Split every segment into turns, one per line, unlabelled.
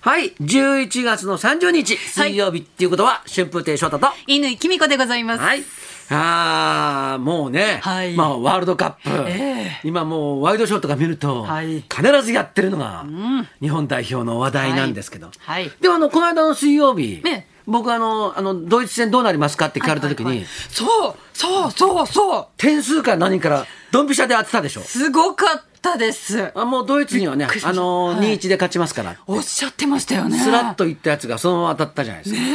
はい、11月の30日、水曜日っていうことは、春風亭昇太と。
乾きみこでございます。
はい。あーもうね、
はい
まあ、ワールドカップ、
え
今もうワイドショーとか見ると、
はい
必ずやってるのが、日本代表の話題なんですけど、
はいはい
でもあのこの間の水曜日、
ね
僕あのあのドイツ戦どうなりますかって聞かれた時に、
はいはいはいそうそうそうそう
点数か何からドンピシャで当てたでしょ
すごかったです。
あもうドイツにはね
びっくりし
あ
ました
の、
はい
2-1で勝ちますから
おっしゃってましたよね。
スラッといったやつがそのまま当たったじゃないですか、うん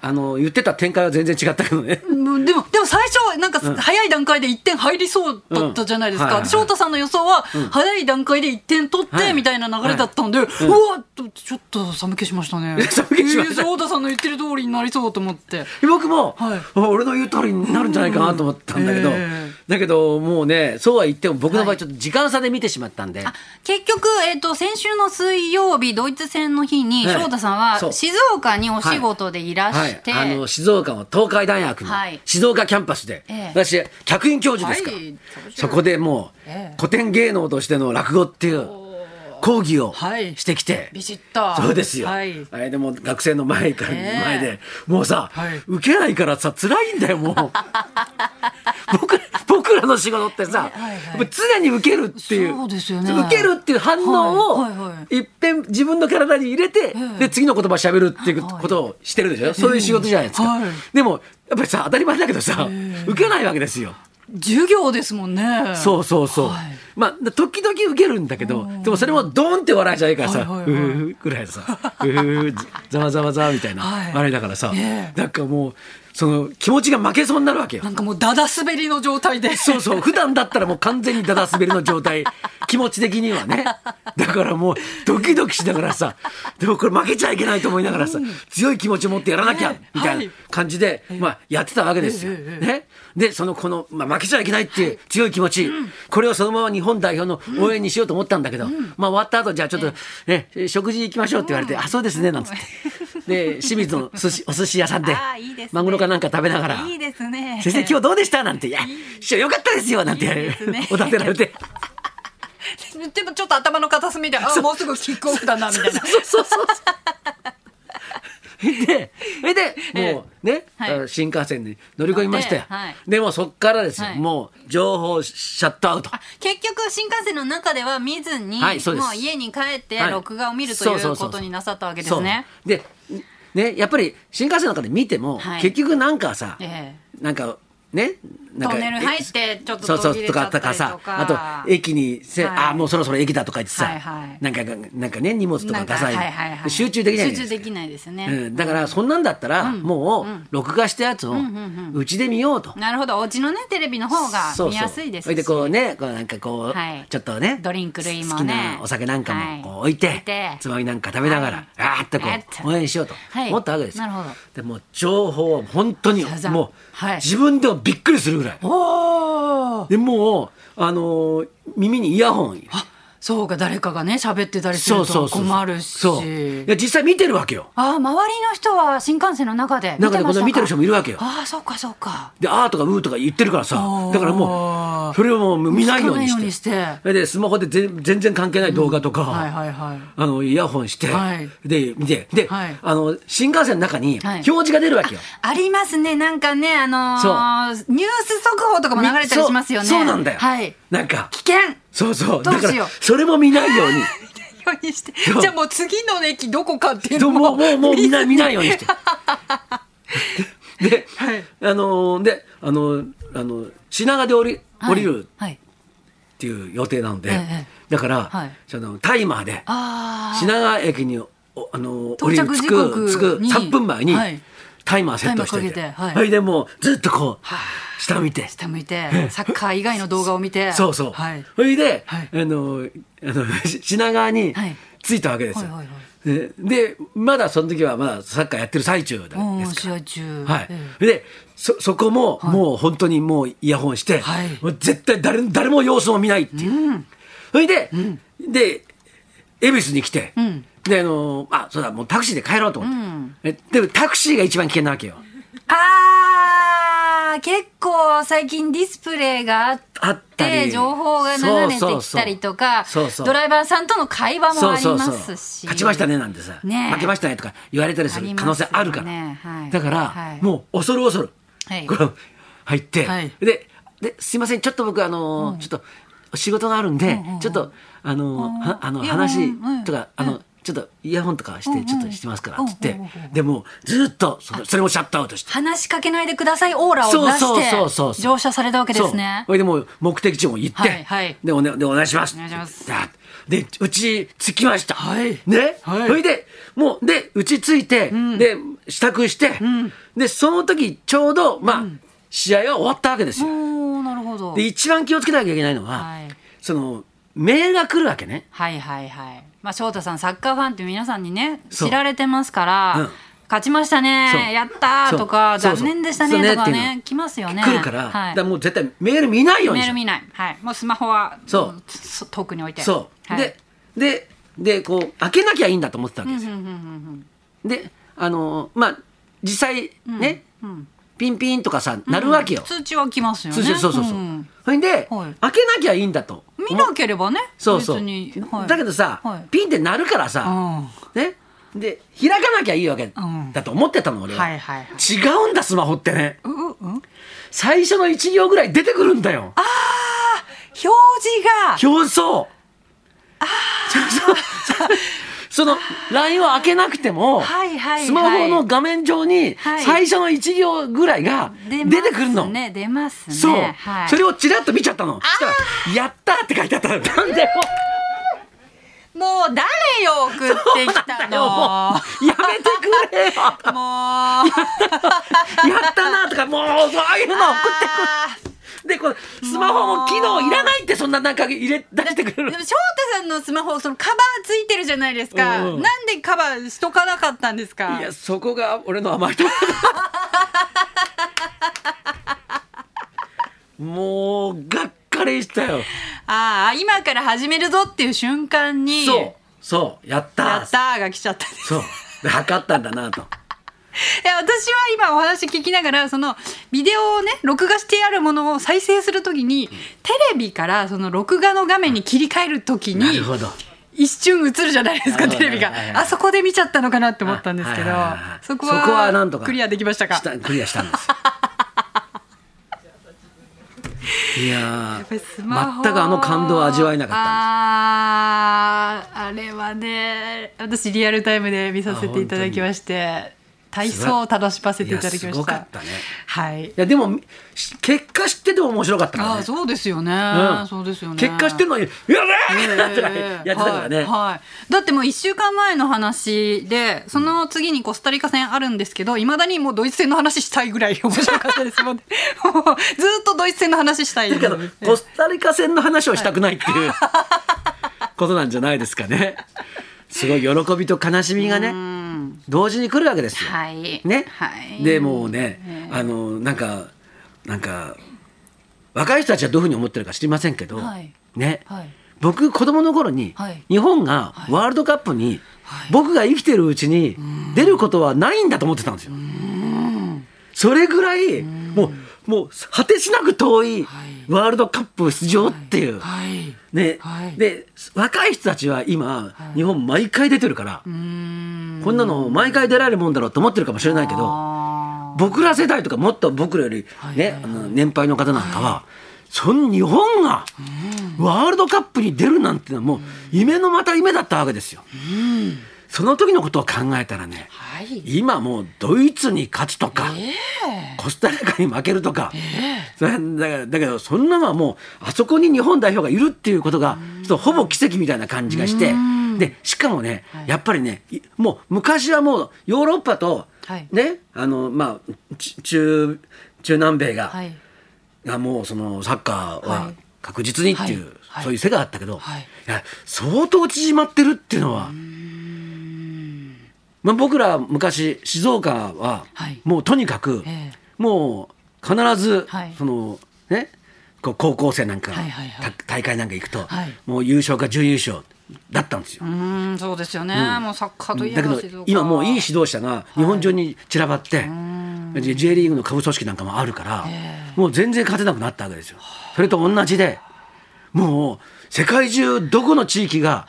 あの言ってた展開は全然違ったけどね
うんでも、でも最初、なんか早い段階で1点入りそうだったじゃないです
うんはい
か。
はい
翔太さんの予想は、早い段階で1点取っ
はい
て、みたいな流れだったんで、うわちょっと寒気しましたね。
寒気しました
えー翔太さんの言ってる通りになりそうと思って。
僕も、
はい
俺の言う通りになるんじゃないかなと思ったんだけど、
うんええ
だけどもうねそうは言っても僕の場
は
合
い
ちょっと時間差で見てしまったんで、
あ結局、えっと先週の水曜日ドイツ戦の日に
はい
翔太さん
そう
は静岡にお仕事でいらして、
はい、あの静岡の東海大学の
はい
静岡キャンパスで、
ええ
私客員教授ですから、
はい
そこでもう、
ええ
古典芸能としての落語っていう講義を
はい
してきて、
ビシッと
そうですよ、
はい
あれでも学生の前から、
ええ
前でもうさ、
はい
受けないからさ辛いんだよ もう僕ら僕らの仕事ってさ、
はいはい
もう常に受けるっていう
そうですよね
受けるっていう反応を、、
はいはいはい
っぺん自分の体に入れて、
え
で次の言葉喋るっていう
はい
ことをしてるでしょ、そういう仕事じゃないですか、
はい
でもやっぱりさ当たり前だけどさ、受けないわけですよ
授業ですもんね
そうそうそう、
はい
まあ時々受けるんだけどでもそれもドーンって笑いじゃないからさ、
はいはいは
う
い
ーぐらいで さうーざわざわざわみたいな
はい
笑いだからさ、
ええ
なんかもうその気持ちが負けそうになるわけよ
なんかもうだだ滑りの状態で
そうそう普段だったらもう完全にダダ滑りの状態気持ち的にはねだからもうドキドキしながらさでもこれ負けちゃいけないと思いながらさ、強い気持ちを持ってやらなきゃ、
ええ
みたい
は
ない感じで、まあ、やってたわけですよ。
ええええ
ね、でそのこの、まあ、負けちゃいけないっていう強い気持ち、これをそのまま日本代表の応援にしようと思ったんだけど、まあ、終わった後じゃあちょっと、ね、食事行きましょうって言われて「あそうですね」なんつってで清水の寿司お寿司屋さんで
あーいいですね
マグロかなんか食べながら。
いいです ね
先生今日どうでしたなんて「いや師匠よかったですよ」なんて
いいですね
おだてられ て
でもちょっと頭の片隅であもうすぐキックオフだなみたいな
そうそうそうそうでそれでもうね、
はい
あの新幹線に乗り込みましたよ、
乗ってはい
でもそっからですよ、
はい
もう情報シャットアウト
結局新幹線の中では見ずに、
はいそうです
もう家に帰って
はい
録画を見ると
そう
い
そう
う
そう
ことになさったわけですね
そうでねやっぱり新幹線の中で見ても、
はい
結局なんかさ、
え
なんかねなんか
トンネル入ってちょっと
そうそう
途切れ
と
ちゃ
か
った
と
りとか
かさあと駅にせ、
はい
あもうそろそろ駅だとか言ってさ、
はいはい
なんかなんかね荷物と
な
か
んか
ダサい
はいはいはい
集中できないじゃないです
集中
か
できないですね、
うん、だからそんなんだったら、もう録画したやつをうちで見ようと。
なるほどお家のねテレビの方が
そうそう
見やすいですし
それでこうねこうなんかこう、
はい
ちょっとね
ドリンク類もね
好きなお酒なんか
はい
もこう置いて,、
置いて
つまみなんか食べながら、
はい
あーっとこ
あーっ
う
と
応援しようと
はい
思ったわけですよ、
なるほど
でもう情報は本当に
サザン
もう、
はい
自分でもびっくりするぐらい
お ー
でもうあのー耳にイヤホン
あそうか誰かがね喋ってたりすると困るし
そういや実際見てるわけよ
あー周りの人は新幹線の中で
中でこんな見てる人もいるわけよ
ああーそうかそうか
で、あーとかうーとか言ってるからさ
あ、ー
だからもう、それをもう見ないように
聞かないよ
して。
うにして
それで、スマホで全全然関係ない動画とか、
はいはいはい
あの、イヤホンして、
はい
で、見て、で、
はい
あの、新幹線の中に
はい
表示が出るわけよ。
ありますねなんかねあのーニュース速報とかも流れたりしますよね
そうそうなんだよ。
はい
なんか、
危険
そうそう。
ど
だ
うしよう
から、それも見ないように。
ようにして
う
じゃあもう次の駅どこかっていう
ど
の
うもう、もう、もう見ない、見ないようにして。で、
はい
あのー、で、あのー、あのー、品川で降り、降りる
はい、はい、
っていう予定なので、
ええ
だから、
はい
そのタイマーで
ああ
品川駅におあの降
到
り
着
る着
時刻
く着く
に
3分前に
はい
タイマーセットしておいて
タイマーかけてはい
それでもうずっとこ
は
う下見て
下向いてサッカー以外の動画を見て
そうそう、
はい
それで、
はい
あのあの し品川に
はい
着いたわけですよ、
はいはいは
ででまだその時はまだサッカーやってる最中だ
うん
ですか
試
ら
合中
はい
ええ、
でそそこも、もう本当にもうイヤホンして、
はい
もう絶対誰誰も様子も見ないっていう、それで、で恵比寿に来て、
ん
であのーあそうだもうタクシーで帰ろうと思って、えでもタクシーが一番危険なわけよ
ああー結構最近ディスプレイがあって
あったり
情報が流れてきたりとか
そうそうそうそうそう
ドライバーさんとの会話もありますし
勝ちましたねなんてさ、
ねえ
負けましたねとか言われたりする可能性あるから、
ありますよねはい
だから、
はい
もう恐る恐る、
はい
これ入って、
はい
でですいませんちょっと僕あのーちょっと仕事があるんで、ちょっとあのーはあの
いや
話
うんうん
とか、あのちょっとイヤホンとかして、
うん
ちょっとしてますから
う
っ
ん
つって、
うんうんうん
でもうずっとそのそれもシャットアウトして。
話しかけないでくださいオーラを出
そうそうそう
し
そう
て乗車されたわけですね
そ。れでもう目的地も行って、
はいはい
でお、ね、でお願いします。
お願いします
だで、うち着きました。
はい
ね。
はい
それで、もう、で、うち着いて、で、支度して、で、その時、ちょうど、まあ、試合は終わったわけですよ。
おーなるほど
で、一番気をつけなきゃいけないのは、
はい
その、メールが来るわけね。
はいはいはい。まあ翔太さんサッカーファンって皆さんにね
そう
知られてますから、
うん
勝ちました
そう
ねやったーとか
そう
残念でした
そう
ね
そう
とか
そうねっていう
ね来ますよね。
来るから、
は
だ
い
からもう絶対メール見ないように
メ
し
ー
よう
ル見ない。はい。もうスマホは
そう
もそ遠くに置いて。
そう。
はい
で、で、で、こう、開けなきゃいいんだと思ってたわけですよ
うんうんうん
であのまあ実際ね、
うんうん
ピンピンとかさ鳴
うん
るわけよ、
通知は来ますよ
そ
ね。
うそうそうそう、
ん
それで、
は
開
い
けなきゃいいんだと
見なければね。
そうそう、
別にはい
だけどさ、
はい
ピンって鳴るから
う
さ、
ん。
ねで開かなきゃいいわけ
ん
だと思ってたの俺は、
はいはいはい
違うんだスマホってね
うううん。
最初の1行ぐらい出てくるんだよ
表示が
表層そうそうその LINE を開けなくても、
はいはいはい
スマホの画面上に
はい
最初の1行ぐらいが出
ます
てくるの、
ね出ますね。
そう、
はい。
それをちらっと見ちゃったのそしたら「やった!」って書いてあったのなんでも
もう誰よ送ってき た
うも
の。
うやめてくれよ
もう。
やったなとかもうそういうの送ってでこれスマホも機能いらないってそんななんか入れ出してくれ
で
る
も翔太さんのスマホそのカバーついてるじゃないですか、
うん
なんでカバーしとかなかったんですか
いやそこが俺の甘いところ もうがっかりしたよ
ああ今から始めるぞっていう瞬間に
そうそうやった
やったーが来ちゃった ね
そうで測ったんだなと
いや私は今お話聞きながらそのビデオをね録画してあるものを再生するときにテレビからその録画の画面に切り替えるとき
なる
に
ほど
一瞬映るじゃないです
な
か
るほど
テレビが
はいはいはい
あそこで見ちゃったのかなって思ったんですけ
は
ど
いはいはいはい
そこ
そこはなんと
は
か
クリアできましたか
したクリアした んですいや
やっぱりスマ
ー
ホ
全くあの感動を味わえなかったんで
あーあれはね私リアルタイムで見させていただきまして体操を楽しませていただきまし
い
た
やすごかったね
はい
すいやでもし結果知ってても面白かったから
あー
ね
そうですよね、
うん
そうですよね
結果知ってるのに「やべ
え
え!」
え
なんてやってたからね、
はいはいだってもう1週間前の話でその次にコスタリカ戦あるんですけどいまだにもうドイツ戦の話したいぐらい面白かったです もんねもうずっとドイツ戦の話したい
だけどコスタリカ戦の話をしたくないっていう、 ことなんじゃないですかねすごい喜びと悲しみがね同時に来るわけですよ、
はい
ね、
はい
でもうね、あのなんかなんか若い人たちはどういうふうに思ってるか知りませんけど、
はい
ね、
はい
僕子供の頃に、
はい
日本がワールドカップに、
はい
僕が生きてるうちに出ることはないんだと思ってたんですよ。それぐらいもうもう果てしなく遠い
はい
ワールドカップ出場っていう、
はい
ね
はい
で若い人たちは今、日本毎回出てるから、
うーん
こんなの毎回出られるもんだろうと思ってるかもしれないけど
あ
僕ら世代とかもっと僕らより、ね
はいはいはい
あの年配の方なんかは、その日本がワールドカップに出るなんてのはもう夢のまた夢だったわけですよ。その時のことを考えたらね
ーはい
今もうドイツに勝つとか、コスタリカに負けるとか、それだからだけどそんなのはもうあそこに日本代表がいるっていうことがちょっとほぼ奇跡みたいな感じがしてでしかもね、やっぱりねいもう昔はもうヨーロッパと、
はい
ねあのまあち中中南米が,、
はい
がもうそのサッカー
は
はい確実にっていう、
はいはい
そういう世があったけど、
はい
や相当縮まってるっていうのは。まあ、僕ら昔静岡は
はい
もうとにかく、
ええ
もう必ず、
はい
そのねこう高校生なんか、
はいはいは
た
い
大会なんか行くと、
はい
もう優勝か準優勝だったんですよ
う。ーんそうですよね、もうサッカーといえ
だけ
ば
ど
静岡
今もういい指導者が日本中に散らばって、 J, J リーグの株組織なんかもあるから、もう全然勝てなくなったわけですよ。それと同じでもう世界中どこの地域が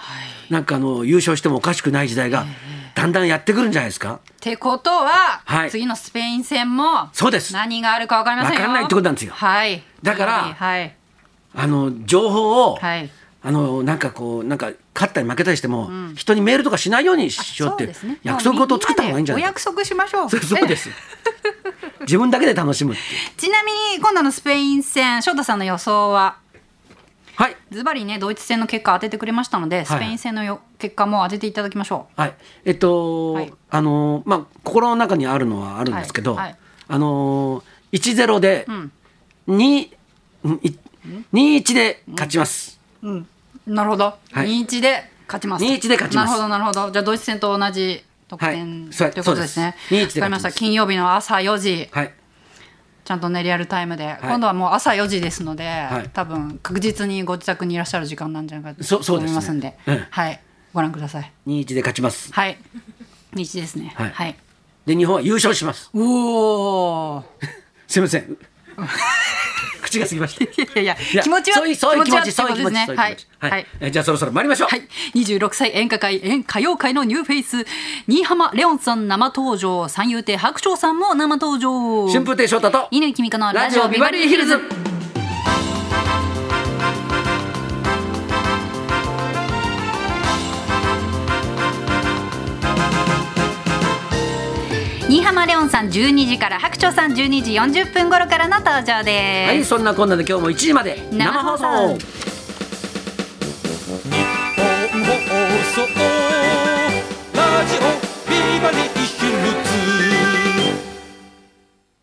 なんかあの優勝してもおかしくない時代がだんだんやってくるんじゃないですか。
ってことは、
はい
次のスペイン戦も
そうです
何があるか分かりませんよ
分かんないってことなんですよ
はい
だから
はいはい
あの情報を、
はい
あのなんかこうなんか勝ったり負けたりしても、人にメールとかしないようにしようっていう
そうですね
約束事を作った方がいいんじゃない
もうみんなでお約束しましょう
そうそうですよ。自分だけで楽しむっていう。
ええ ちなみに今度のスペイン戦翔太さんの予想は
はい。
ズバリねドイツ戦の結果当ててくれましたのでスペイン戦のよ結果も当てていただきましょ
はい。えっと、
はい
あのー、まあ、心の中にあるのはあるんですけど、
はいはい
あのー、1-0で、2、うんい2-1で勝ちます。
う、うん、なるほど、
はい
二一2-1で勝ちます
2-1で勝ちます
なるほどなるほどじゃあドイツ戦と同じ得点、
はいそう
ということですね
そうです2-1で勝ちます
わかりました金曜日の朝4時
はい。
ちゃんとねリアルタイムで、今度はもう朝4時ですので、
い
多分確実にご自宅にいらっしゃる時間なんじゃないか
そ
と
そう
思
です
い
ね
ますんで
ええ
はいご覧ください
2-1で勝ちます。
はい日ですねは、
はいいで、日本は優勝します。
おお
すいません。 口が過ぎました。い
いやいや
や
気持ちは
そういうそういう気持ち、そういう気持ち、
はっ
そ
て
ういう気持
こと
ち。
ですねはい、
は
はいい。
えじゃあそろそろ参りましょう。
はい、26歳演歌会演歌謡界のニューフェイス新居浜レオンさん生登場三遊亭白鳥さんも生登場
春風亭昇太と、
乾きみかの
ラジオビバリーヒルズ。
新居浜レオンさん12時から白鳥さん12時40分頃からの登場です、
はい、そんなこんなで今日も1時まで
生放送
生放送
本放送ラジオビバリー